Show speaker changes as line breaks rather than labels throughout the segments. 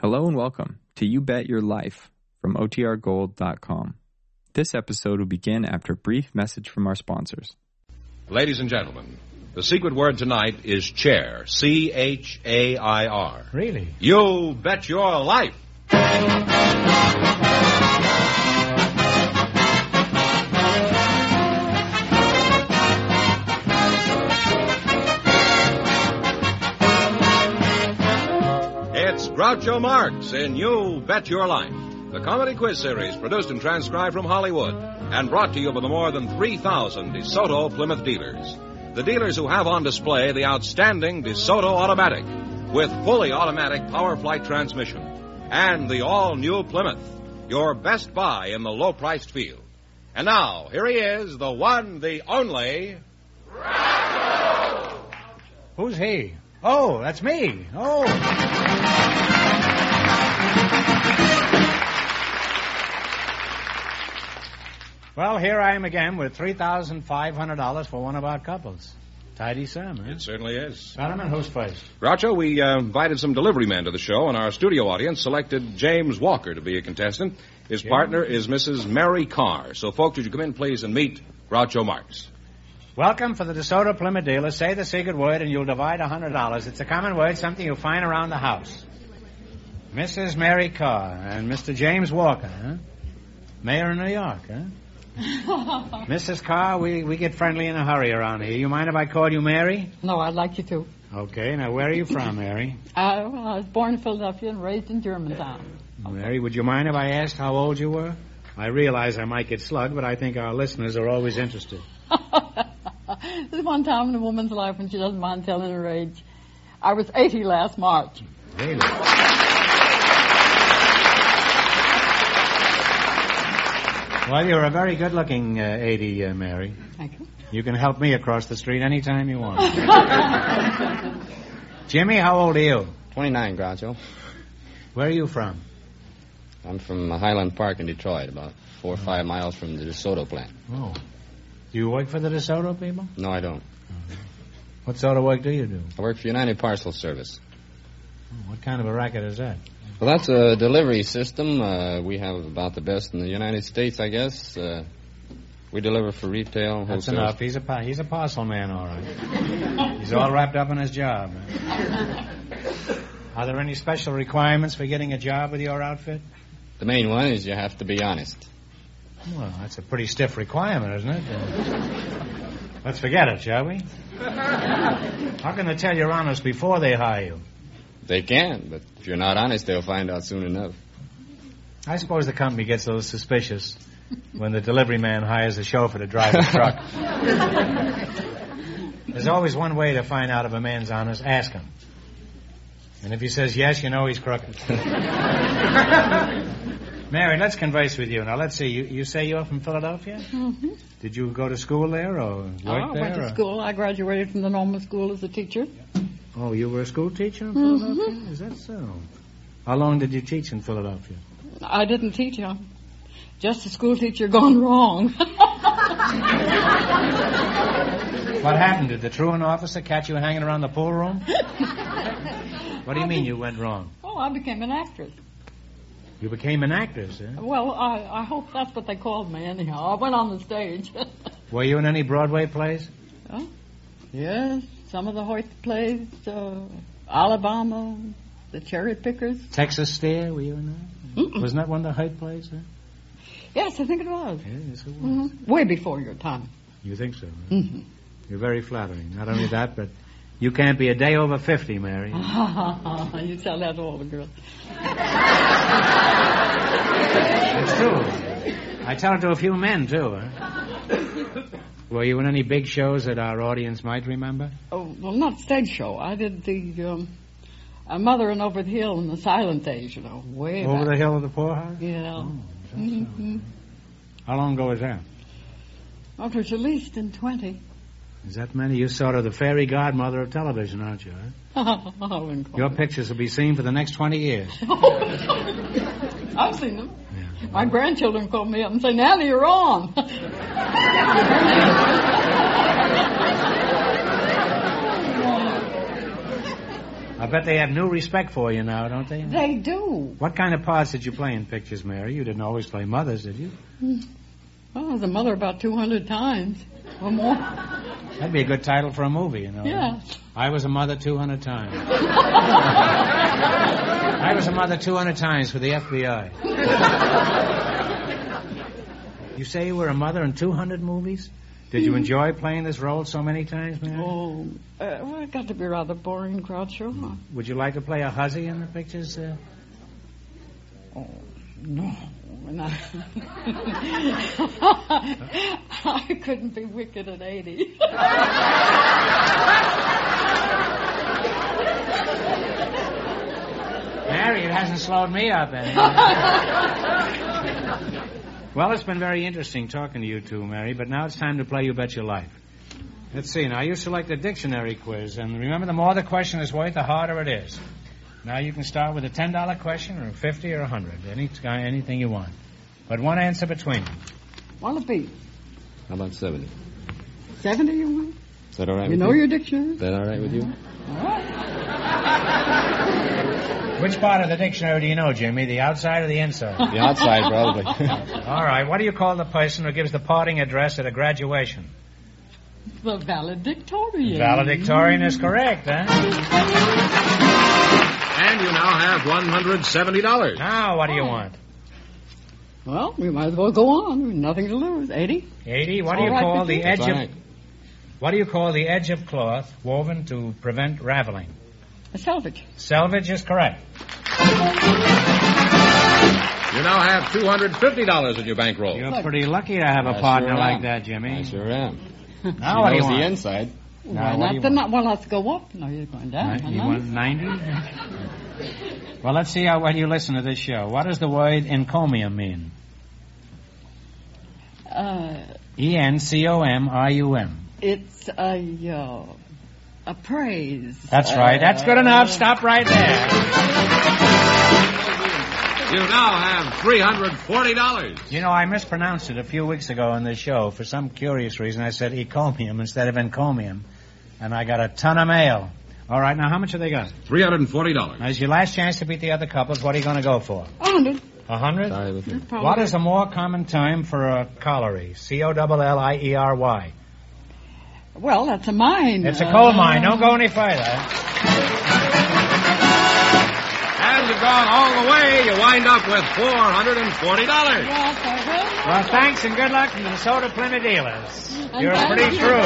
Hello and welcome to You Bet Your Life from OTRGold.com. This episode will begin after a brief message from our sponsors.
Ladies and gentlemen, the secret word tonight is chair. C H A I R.
Really?
You bet your life. It's Groucho Marx in You Bet Your Life, the comedy quiz series produced and transcribed from Hollywood and brought to you by the more than 3,000 DeSoto Plymouth dealers. The dealers who have on display the outstanding DeSoto Automatic with fully automatic power flight transmission and the all new Plymouth, your best buy in the low priced field. And now, here he is, the one, the only.
Who's he? Oh, that's me. Oh. Well, here I am again with $3,500 for one of our couples. Tidy Sam, eh?
It certainly is.
Solomon, who's first?
Groucho, we uh, invited some delivery men to the show, and our studio audience selected James Walker to be a contestant. His partner is Mrs. Mary Carr. So, folks, would you come in, please, and meet Groucho Marx.
Welcome for the DeSoto Plymouth dealer. Say the secret word and you'll divide $100. It's a common word, something you'll find around the house. Mrs. Mary Carr and Mr. James Walker, huh? Mayor of New York, huh? Mrs. Carr, we, we get friendly in a hurry around here. You mind if I call you Mary?
No, I'd like you to.
Okay, now where are you from, Mary?
I, well, I was born in Philadelphia and raised in Germantown.
Mary, would you mind if I asked how old you were? I realize I might get slugged, but I think our listeners are always interested.
There's one time in a woman's life when she doesn't mind telling her age. I was 80 last March.
Really? Well, you're a very good looking uh, 80, uh, Mary.
Thank you.
You can help me across the street anytime you want. Jimmy, how old are you?
29, Groucho.
Where are you from?
I'm from Highland Park in Detroit, about four or five miles from the DeSoto plant.
Oh. Do you work for the DeSoto people?
No, I don't.
What sort of work do you do?
I work for United Parcel Service.
What kind of a racket is that?
Well, that's a delivery system. Uh, we have about the best in the United States, I guess. Uh, we deliver for retail,
That's
wholesale.
enough. He's a pa- he's a parcel man, all right. he's all wrapped up in his job. Are there any special requirements for getting a job with your outfit?
The main one is you have to be honest.
Well, that's a pretty stiff requirement, isn't it? Let's forget it, shall we? How can they tell you're honest before they hire you?
They can, but if you're not honest, they'll find out soon enough.
I suppose the company gets a little suspicious when the delivery man hires a chauffeur to drive a truck. There's always one way to find out if a man's honest. Ask him. And if he says yes, you know he's crooked. Mary, let's converse with you. Now, let's see. You, you say you're from Philadelphia? Mm-hmm. Did you go to school there or work
Oh, I
there?
went to
or-
school. I graduated from the normal school as a teacher.
Oh, you were a school teacher in
Mm-hmm.
Philadelphia? Is that so? How long did you teach in Philadelphia?
I didn't teach her. Just a school teacher gone wrong.
What happened? Did the truant officer catch you hanging around the pool room? What do you mean you went wrong?
oh, I became an actress.
You became an actress, eh?
Well, I, I hope that's what they called me anyhow. I went on the stage.
Were you in any Broadway plays?
Huh? yes, some of the Hoyt plays, uh, Alabama, the Cherry Pickers.
Texas Steer, were you in that? Wasn't that one of the Hyde plays? Huh?
Yes, I think it was.
Yeah, yes, it was.
Mhm. Way before your time. Mm-hmm.
You think so? Huh? You're very flattering. Not only that, but you can't be a day over 50, Mary.
you tell that to all the girls.
It's true. I tell it to a few men, too. Huh? Were you in any big shows that our audience might remember?
Oh, well, not stage show. I did the um, uh, Mother and Over the Hill and the Silent Days, you know, way
Over the
back.
Hill of the Oh, Poorhouse?
Yeah. hmm
How long ago was that?
Well, it was at least in 20.
Is that many? You're sort of the fairy godmother of television, aren't you? Huh?
Oh, in
Your
Cor-
pictures will be seen for the next 20 years.
I've seen them. My grandchildren call me up and say, Nanny, you're on.
I bet they have new respect for you now, don't they?
They do.
What kind of parts did you play in pictures, Mary? You didn't always play mothers, did you?
Oh, I was a mother about 200 times or more.
That'd be a good title for a movie, you know.
Yeah.
I was a mother 200 times. I was a mother 200 times for the FBI. you say you were a mother in 200 movies? Did you enjoy playing this role so many times, Mary?
Mm. Oh, uh, well, it got to be rather boring, Groucho. huh?
Would you like to play a hussy in the pictures? Uh,
Oh, no. Not. I couldn't be wicked at 80.
Mary, it hasn't slowed me up any. well, it's been very interesting talking to you two, Mary, but now it's time to play You Bet Your Life. Let's see, now you select a dictionary quiz, and remember, the more the question is worth, the harder it is. Now you can start with a $10 question, or 50 or 100 any, uh, anything you want. But one answer between them.
Wanna be
How about 70?
70 you want?
Is that all right
You
with
know
you?
your dictionary?
Is that all right with you?
All right.
Which part of the dictionary do you know, Jimmy? The outside or the inside?
The outside, probably.
All right, what do you call the person who gives the parting address at a graduation?
The valedictorian.
Valedictorian is correct, huh?
And you now have $170.
Now, what do you want?
Well, we might as well go on. We've Nothing to lose. 80?
80. What do
All
you
right,
call the
Vicky.
edge
That's all
of
right.
what do you call the edge of cloth woven to prevent raveling?
A salvage.
Selvage is correct.
You now have $250 in your bankroll.
You're pretty lucky to have a
I
partner
sure
like
am.
that, Jimmy.
I sure am.
Now what do
he
you
knows
want?
the inside.
Now,
Why
what do
not
you
the
want?
not? Well, let's go up. No, you're going down.
Right, you
huh?
want 90? well, let's see how well you listen to this show. What does the word encomium mean?
Uh,
E N C O M I U M.
it's a, uh, a praise.
That's right. That's good enough. Stop right there.
You now have $340.
You know, I mispronounced it a few weeks ago on this show. For some curious reason, I said encomium instead of encomium, and I got a ton of mail. All right, now how much have they got?
$340.
Now, it's your last chance to beat the other couples. What are you going to go for?
100.
A hundred?
Sorry with you.
What is a more common term for a colliery? C O L L I E R Y.
Well, that's a mine.
It's a
Uh,
coal mine. Don't go any further.
And you've gone all the way. You wind up with $440.
Well, for her,
Well, thanks and good luck from the Minnesota Plymouth dealers.
and
You're
thank
pretty
you
true.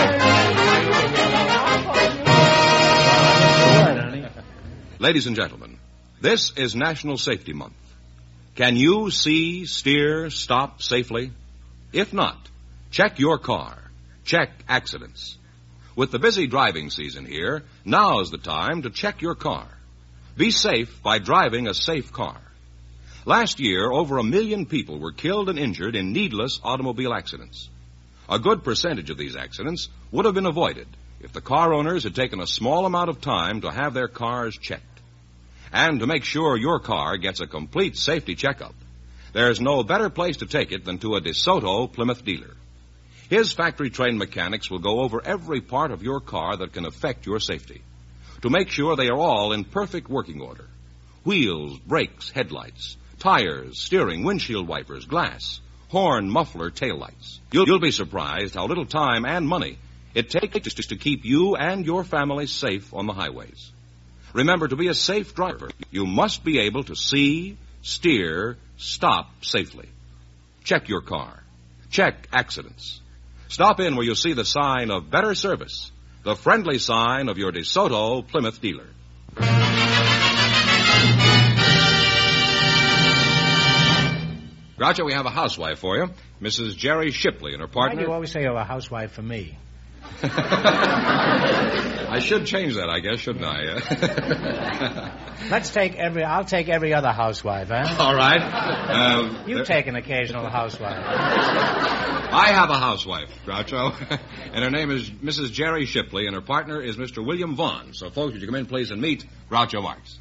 very much.
Ladies and gentlemen, this is National Safety Month. Can you see, steer, stop safely? If not, check your car. Check accidents. With the busy driving season here, now's the time to check your car. Be safe by driving a safe car. Last year, over a million people were killed and injured in needless automobile accidents. A good percentage of these accidents would have been avoided if the car owners had taken a small amount of time to have their cars checked. And to make sure your car gets a complete safety checkup, there's no better place to take it than to a DeSoto Plymouth dealer. His factory trained mechanics will go over every part of your car that can affect your safety to make sure they are all in perfect working order. Wheels, brakes, headlights, tires, steering, windshield wipers, glass, horn, muffler, taillights. You'll, you'll be surprised how little time and money it takes just to keep you and your family safe on the highways. Remember, to be a safe driver, you must be able to see, steer, stop safely. Check your car. Check accidents. Stop in where you see the sign of better service, the friendly sign of your DeSoto Plymouth dealer. Groucho, we have a housewife for you, Mrs. Jerry Shipley and her
Why do you
partner.
always say you're a housewife for me?
I should change that, I guess, shouldn't I?
Let's take every. I'll take every other housewife, huh?
All right. Um,
You
there-
take an occasional housewife.
I have a housewife, Groucho, and her name is Mrs. Jerry Shipley, and her partner is Mr. William Vaughn. So, folks, would you come in, please, and meet Groucho Marx.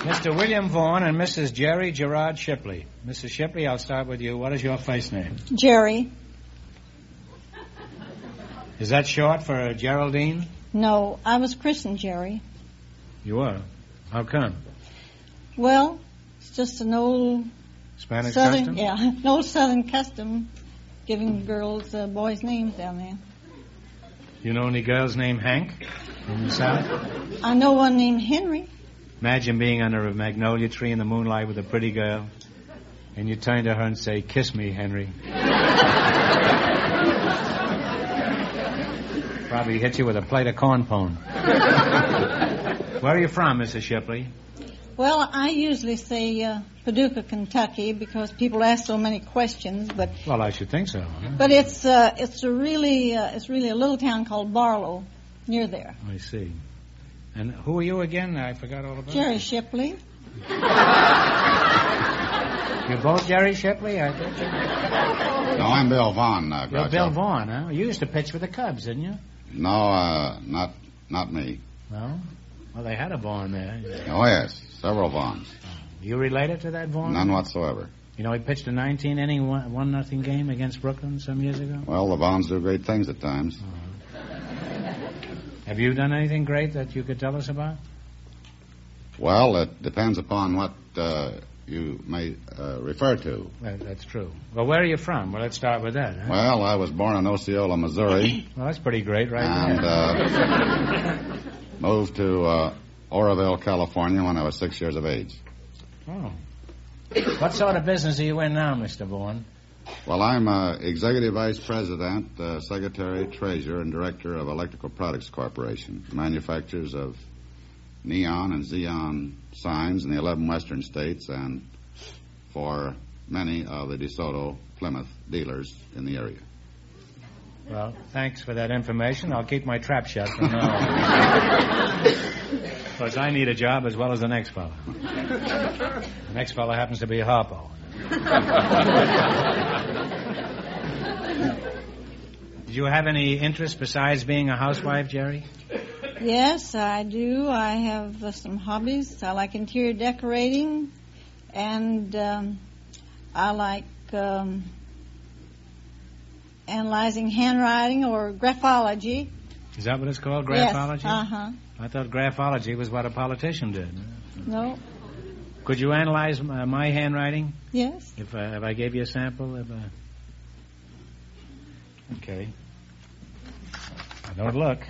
Mr. William Vaughn and Mrs. Jerry Gerard Shipley. Mrs. Shipley, I'll start with you. What is your first name?
Jerry.
Is that short for uh, Geraldine?
No, I was christened Jerry.
You were. How come?
Well, it's just an old
Spanish
southern,
custom?
yeah, an old southern custom, giving girls uh, boys names down there.
You know any girls named Hank from the South?
I know one named Henry.
Imagine being under a magnolia tree in the moonlight with a pretty girl, and you turn to her and say, Kiss me, Henry. Probably hit you with a plate of corn pone. Where are you from, Mrs. Shipley?
Well, I usually say uh, Paducah, Kentucky, because people ask so many questions. But
Well, I should think so. Huh?
but it's uh, it's a really uh, it's really a little town called Barlow, near there.
I see. And who are you again? I forgot all about
Jerry Shipley.
you. You're both Jerry Shipley? I think.
No, I'm Bill Vaughn, uh,
You're
Groucho.
Bill Vaughn, huh? You used to pitch for the Cubs, didn't you?
No, uh, not not me.
No. Well, they had a Vaughn there.
Oh yes, several Vaughns,
You related to that Vaughn?
none whatsoever.
You know, he pitched a 19 inning, one, one nothing game against Brooklyn some years ago.
Well, the Vaughns do great things at times.
Have you done anything great that you could tell us about?
Well, it depends upon what uh, you may uh, refer to.
That, that's true. Well, where are you from? Well, let's start with that. Huh?
Well, I was born in Osceola, Missouri,
Well, that's pretty great, right?
and
there.
uh, moved to uh, Oroville, California, when I was six years of age.
oh. What sort of business are you in now, Mr. Vaughn?
Well, I'm uh, executive vice president, uh, secretary, treasurer, and director of Electrical Products Corporation, manufacturers of neon and xeon signs in the 11 western states and for many of the DeSoto Plymouth dealers in the area.
Well, thanks for that information. I'll keep my trap shut from now on. of course, I need a job as well as the next fellow. The next fellow happens to be Harpo. Do you have any interest besides being a housewife, Jerry?
Yes, I do. I have uh, some hobbies. I like interior decorating, and um, I like um, analyzing handwriting or graphology.
Is that what it's called,
Yes.
graphology?
Uh huh.
I thought graphology was what a politician did.
No.
Could you analyze uh, my handwriting
Yes.
if, uh, if I gave you a sample? Of, uh... Okay. Now, Don't look.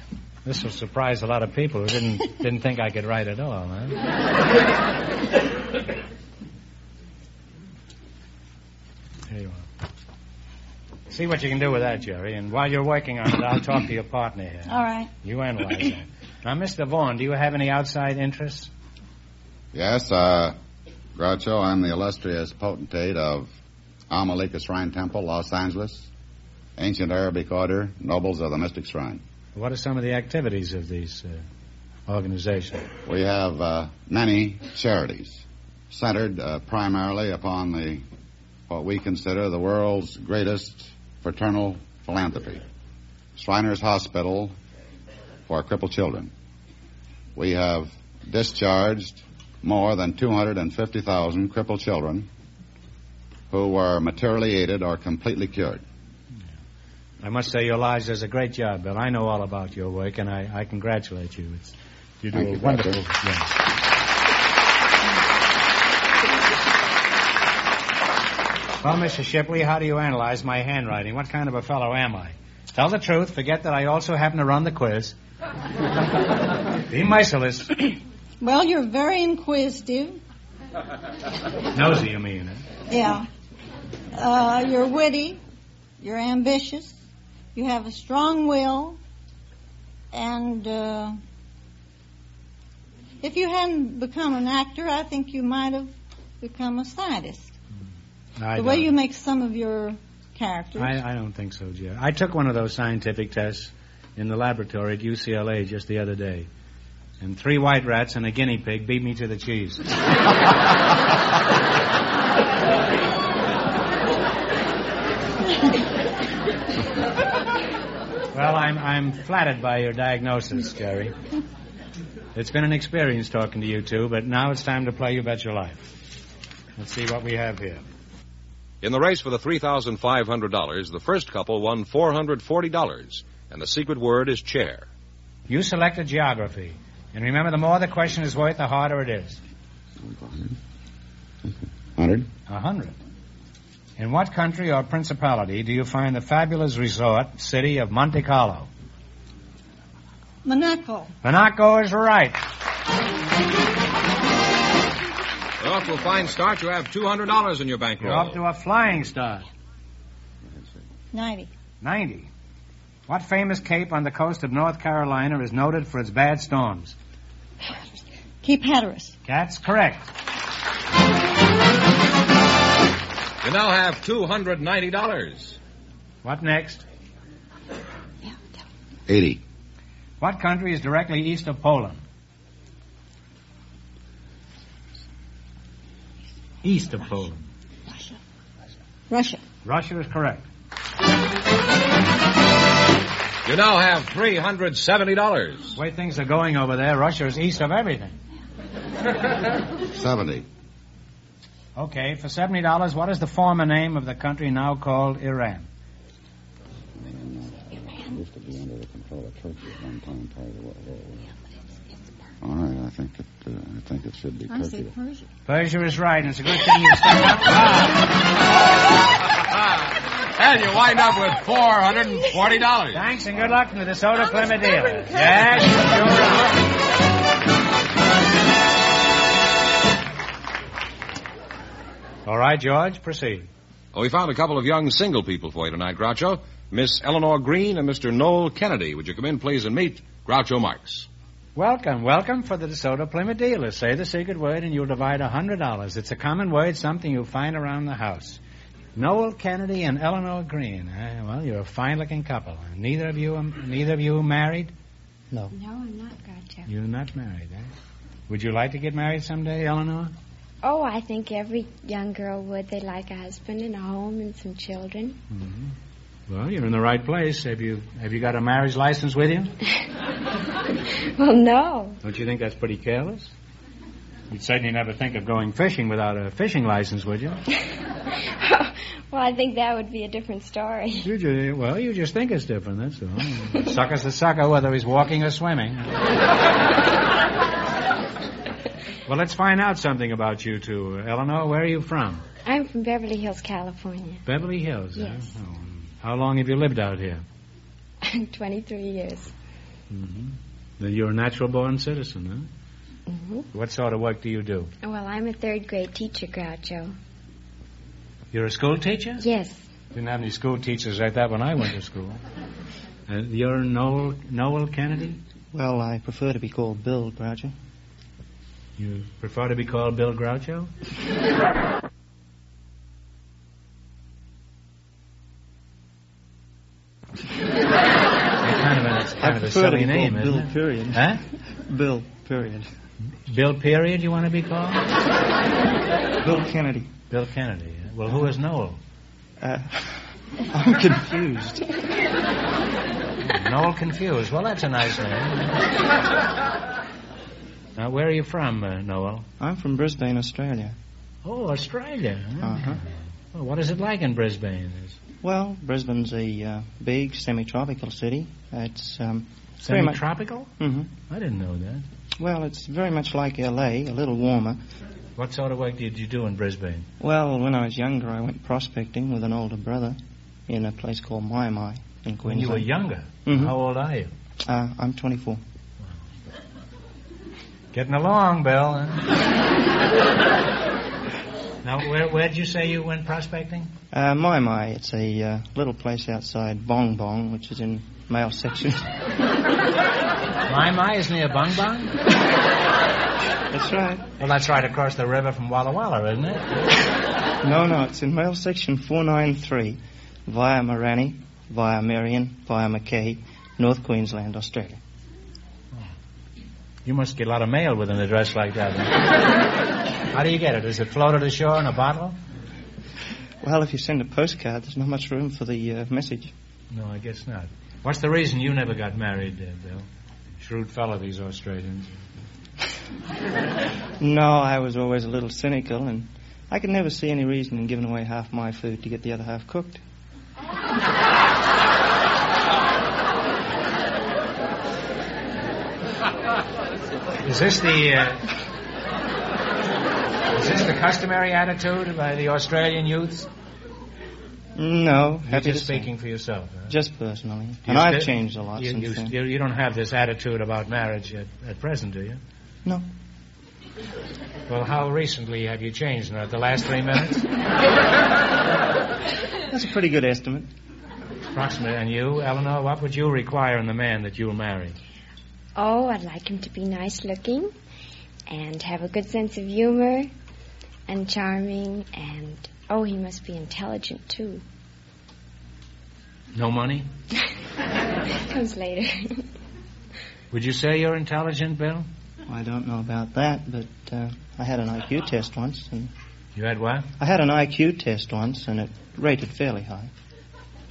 This will surprise a lot of people who didn't didn't think I could write at all. Huh? there you are. See what you can do with that, Jerry. And while you're working on it, I'll talk to your partner here.
All right.
You analyze that. Now, Mr. Vaughn, do you have any outside interests?
Yes, uh, Groucho, I'm the illustrious potentate of Amalika Shrine Temple, Los Angeles, ancient Arabic order, nobles of the Mystic Shrine.
What are some of the activities of these uh, organizations?
We have uh, many charities centered uh, primarily upon the what we consider the world's greatest fraternal philanthropy, Shriners Hospital for crippled children. We have discharged more than 250,000 crippled children who were materially aided or completely cured.
I must say, your lives does a great job, Bill. I know all about your work, and I, I congratulate you. It's, you do
Thank
a
you, Doctor.
wonderful job. Well, Mr. Shipley, how do you analyze my handwriting? What kind of a fellow am I? Tell the truth, forget that I also happen to run the quiz. Be merciless.
Well, you're very inquisitive.
Nosy, you mean. Huh?
Yeah. Uh, you're witty. You're ambitious. You have a strong will. And uh, if you hadn't become an actor, I think you might have become a scientist.
I
the way
don't.
you make some of your characters.
I, I don't think so, Jerry. I took one of those scientific tests in the laboratory at UCLA just the other day. And three white rats and a guinea pig beat me to the cheese. well, I'm, I'm flattered by your diagnosis, Jerry. It's been an experience talking to you two, but now it's time to play You Bet Your Life. Let's see what we have here.
In the race for the $3,500, the first couple won $440. and the secret word is chair.
You selected geography. And remember, the more the question is worth, the harder it is.
100.
A hundred. In what country or principality do you find the fabulous resort city of Monte Carlo?
Monaco.
Monaco is right.
Well, for a fine start, you have $200 in your
You're
bankroll.
off to a flying start.
90.
90. What famous cape on the coast of North Carolina is noted for its bad storms?
Keep Hatteras.
That's correct.
You now have $290.
What next?
80.
What country is directly east of Poland? East of Poland.
Russia. Russia.
Russia is correct.
You now have $370.
The way things are going over there, Russia is east of everything.
70.
Okay, for $70, what is the former name of the country now called Iran?
Used to be under the control of Turkey at one time, part of the world. All right, I think it, uh, I think it should be
I say
Turkey.
Persia.
Persia is right, and it's a good thing you stuck up.
And you wind up with $440.
Thanks and good luck to the soda Plymouth dealer. Yes, sure. All right, George, proceed.
Oh, we found a couple of young single people for you tonight, Groucho. Miss Eleanor Green and Mr. Noel Kennedy. Would you come in, please, and meet Groucho Marx?
Welcome, welcome for the DeSoto Plymouth dealer. Say the secret word and you'll divide a $100. It's a common word, something you'll find around the house. Noel Kennedy and Eleanor Green. Eh, well, you're a fine-looking couple. Neither of you, um, neither of you married?
No, I'm not, Groucho.
You're not married, eh? Would you like to get married someday, Eleanor?
Oh, I think every young girl would. They like a husband and a home and some children.
Well, you're in the right place. Have you have you got a marriage license with you?
Well, no.
Don't you think that's pretty careless? You'd certainly never think of going fishing without a fishing license, would you?
well, I think that would be a different story.
you ju- well, you just think it's different, that's all. Sucker's the sucker, whether he's walking or swimming. well, let's find out something about you two. Eleanor, where are you from?
I'm from Beverly Hills, California.
Beverly Hills, huh?
Yes.
Oh, How long have you lived out here?
23 years.
Mm-hmm. Then You're a natural born citizen, huh?
hmm
What sort of work do you do?
Well, I'm a third grade teacher, Groucho.
You're a school teacher?
Yes.
Didn't have any school teachers like that when I went to school. Uh, you're Noel, Noel Kennedy?
Well, I prefer to be called Bill, Groucho.
You prefer to be called Bill Groucho? kind of a, it's kind
I
of
prefer
a
to
silly
be
name,
called
isn't
Bill,
it?
period.
Huh?
Bill, period.
Bill Period, you want to be called?
Bill Kennedy.
Bill Kennedy. Well, who is Noel?
Uh, I'm confused.
Noel Confused. Well, that's a nice name. now, where are you from, uh, Noel?
I'm from Brisbane, Australia.
Oh, Australia. huh?
Uh-huh.
Well, what is it like in Brisbane? Is
Well, Brisbane's a uh, big semi-tropical city. It's um,
it
Very much.
semi-tropical?
hmm
I didn't know that.
well, it's very much like LA, a little warmer.
What sort of work did you do in Brisbane?
Well, when I was younger, I went prospecting with an older brother in a place called Mai Mai in
When
Queensland.
you were younger.
Mhm.
How old are you?
Uh, I'm 24.
Getting along, Bill. huh? now, where where'd you say you went prospecting?
Uh, Mai Mai, it's a uh, little place outside Bong Bong, which is in male section.
My my is near Bung Bung.
That's right.
Well, that's right across the river from Walla Walla, isn't it?
No, no, it's in mail section 493 via Morani, via Marion, via Mackay, North Queensland, Australia.
You must get a lot of mail with an address like that. huh? How do you get it? Is it floated ashore in a bottle?
Well, if you send a postcard, there's not much room for the uh, message.
No, I guess not. What's the reason you never got married, uh, Bill? Shrewd fellow, these Australians.
No, I was always a little cynical, and I could never see any reason in giving away half my food to get the other half cooked.
Is this the. Uh, is this the customary attitude by the Australian youths?
No,
You're
happy
just
to say.
speaking for yourself. huh?
Just personally.
You
And I've
sti-
changed a lot
you,
since
you,
then.
You, you don't have this attitude about marriage at, at present, do you?
No.
Well, how recently have you changed? Now, the last three minutes,
That's a pretty good estimate.
approximately. And you, Eleanor, what would you require in the man that you'll marry?
Oh, I'd like him to be nice looking and have a good sense of humor and charming and oh, he must be intelligent too.
No money?
Comes later.
Would you say you're intelligent, Bill?
I don't know about that, but uh, I had an IQ test once, and
You had what?
I had an IQ test once, and it rated fairly high.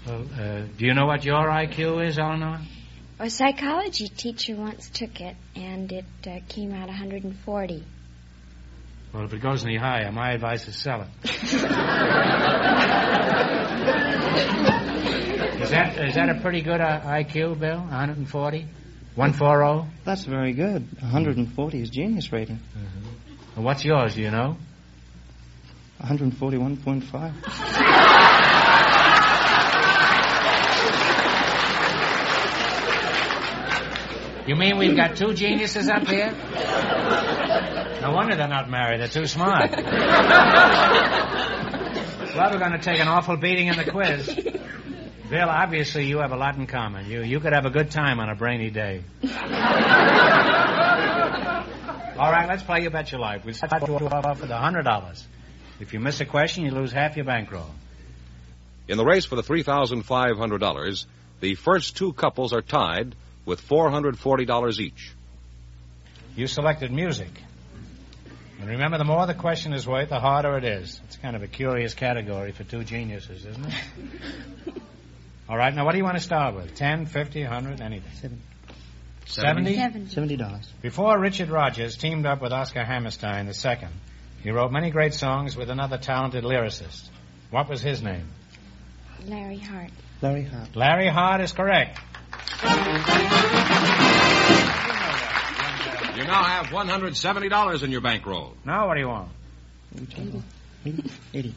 Well, uh, do you know what your IQ is, Eleanor?
a psychology teacher once took it and it uh, came out 140.
Well, if it goes any higher, my advice is sell it. is that is that a pretty good uh, IQ, Bill? 140, 140.
That's very good. 140 is genius rating.
And what's yours? Do you know?
141.5.
You mean we've got two geniuses up here? No wonder they're not married. They're too smart. well, we're going to take an awful beating in the quiz. Bill, obviously you have a lot in common. You you could have a good time on a brainy day. All right, let's play You Bet Your Life. We'll set you up with hundred dollars. If you miss a question, you lose half your bankroll.
In the race for the $3,500, the first two couples are tied with $440 each.
You selected music. And remember, the more the question is worth, the harder it is. It's kind of a curious category for two geniuses, isn't it? All right, now what do you want to start with? Ten, fifty, a 100, anything?
Seven.
70?
Seventy.
$70.
Before Richard Rogers teamed up with Oscar Hammerstein II, he wrote many great songs with another talented lyricist. What was his name?
Larry Hart.
Larry Hart.
Larry Hart is correct.
You now have $170 in your bankroll.
Now what do you want?
80. 80.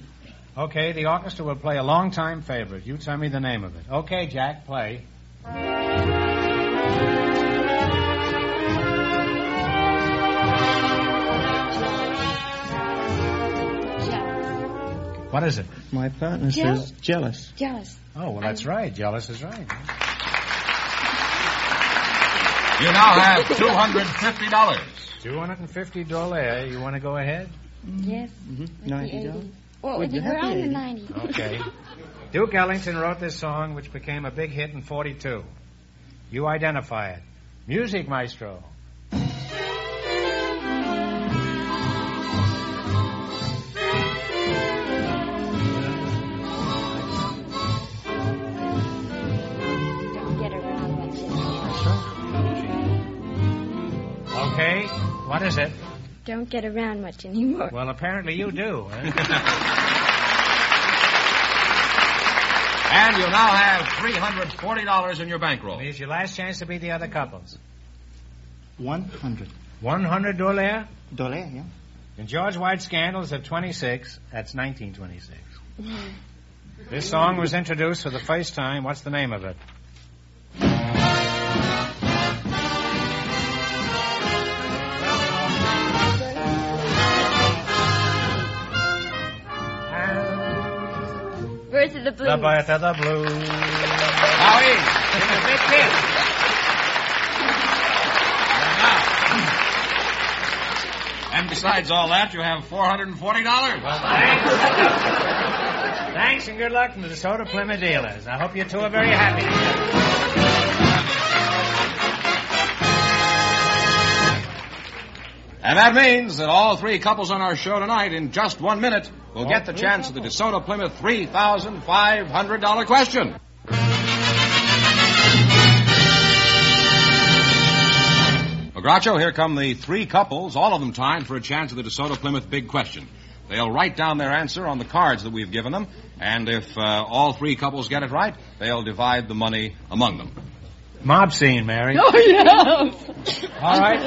Okay, the orchestra will play a long-time favorite. You tell me the name of it. Okay, Jack, play. What is it?
My partner
Jeal-
says jealous.
Jealous.
Oh, well, that's right. Jealous is right.
You now have $250.
$250. You want to go ahead?
Yes.
Mm-hmm.
with the 80.
$90.
Well,
Would
we
you
were
have the
on the
80?
90.
Okay. Duke Ellington wrote this song, which became a big hit in 42. You identify it. Music, maestro.
Don't get around what's in there.
Okay. What is it?
Don't get around much anymore.
Well, apparently you do. eh?
And you now have $340 in your bankroll.
It's your last chance to beat the other couples.
100.
$100 dollar?
Dollar, yeah.
And George White scandals of 26. That's 1926. this song was introduced for the first time. What's the name of it?
Birth of the
The Birth of the Blues.
Howie, it's a big hit. And besides all that, you have $440.
Thanks and good luck to the Minnesota Plymouth dealers. I hope you two are very happy.
And that means that all three couples on our show tonight, in just one minute, will get the chance of the DeSoto Plymouth $3,500 question. Well, Groucho, here come the three couples, all of them tied for a chance of the DeSoto Plymouth big question. They'll write down their answer on the cards that we've given them, and if uh, all three couples get it right, they'll divide the money among them.
Mob scene, Mary.
Oh, yeah.
All right.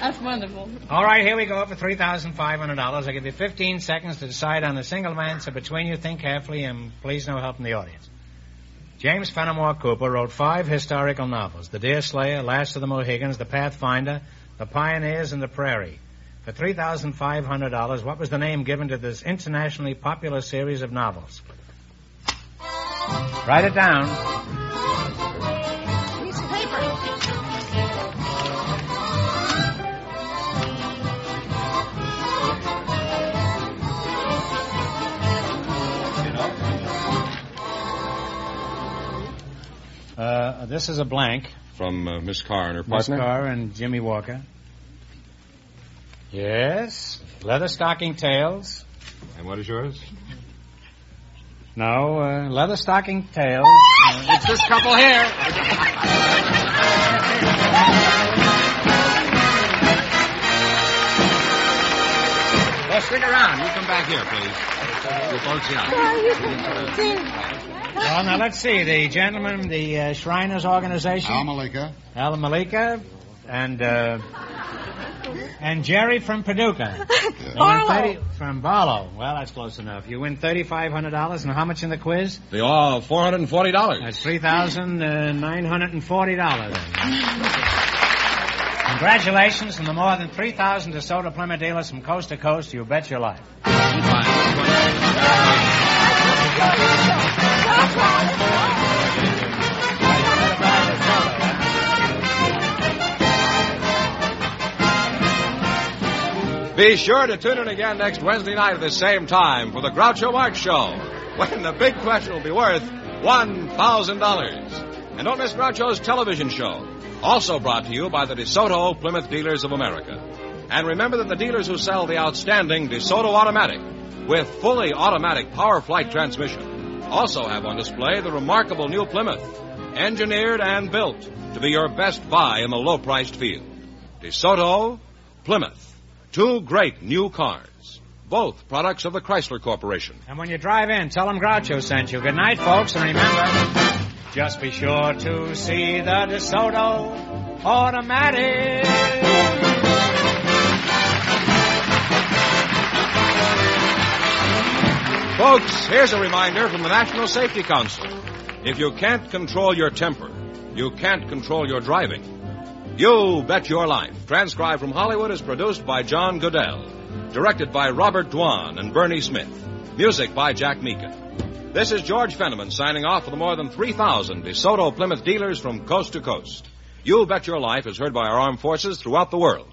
That's wonderful.
All right, here we go for three thousand five hundred dollars. I give you fifteen seconds to decide on a single man. So between you, think carefully, and please no help from the audience. James Fenimore Cooper wrote five historical novels: The Deerslayer, Last of the Mohicans, The Pathfinder, The Pioneers, and The Prairie. For three thousand five hundred dollars, what was the name given to this internationally popular series of novels? Write it down.
Piece of paper.
Uh, this is a blank.
From uh, Miss Carr and her
Miss
partner.
Carr and Jimmy Walker. Yes. Leather stocking tails.
And what is yours?
No, uh, leather stocking tails. Uh, it's this couple here.
Well, stick around. You come back here, please. You folks, yeah.
Oh, you can see.
Well, now let's see. The gentleman, the uh, Shriners Organization,
Al Malika,
Al Malika, and uh, and Jerry from Paducah. You win
Barlow.
30 from Barlow. Well, that's close enough. You win thirty-five hundred dollars, and how much in the quiz?
The all of $440.
That's three thousand nine hundred and forty dollars. Congratulations on the more than three thousand DeSoto Plymouth dealers from coast to coast. You bet your life.
Be sure to tune in again next Wednesday night at the same time for the Groucho Marx Show, when the big question will be worth $1,000. And don't miss Groucho's television show, also brought to you by the DeSoto Plymouth Dealers of America. And remember that the dealers who sell the outstanding DeSoto Automatic with fully automatic power flight transmission also have on display the remarkable new Plymouth, engineered and built to be your best buy in the low priced field. DeSoto, Plymouth. Two great new cars, both products of the Chrysler Corporation.
And when you drive in, tell them Groucho sent you. Good night, folks, and remember, just be sure to see the DeSoto automatic.
Folks, here's a reminder from the National Safety Council. If you can't control your temper, you can't control your driving. You Bet Your Life, transcribed from Hollywood, is produced by John Goodell, directed by Robert Dwan and Bernie Smith, music by Jack Meekin. This is George Fenneman signing off for the more than 3,000 DeSoto Plymouth dealers from coast to coast. You Bet Your Life is heard by our armed forces throughout the world.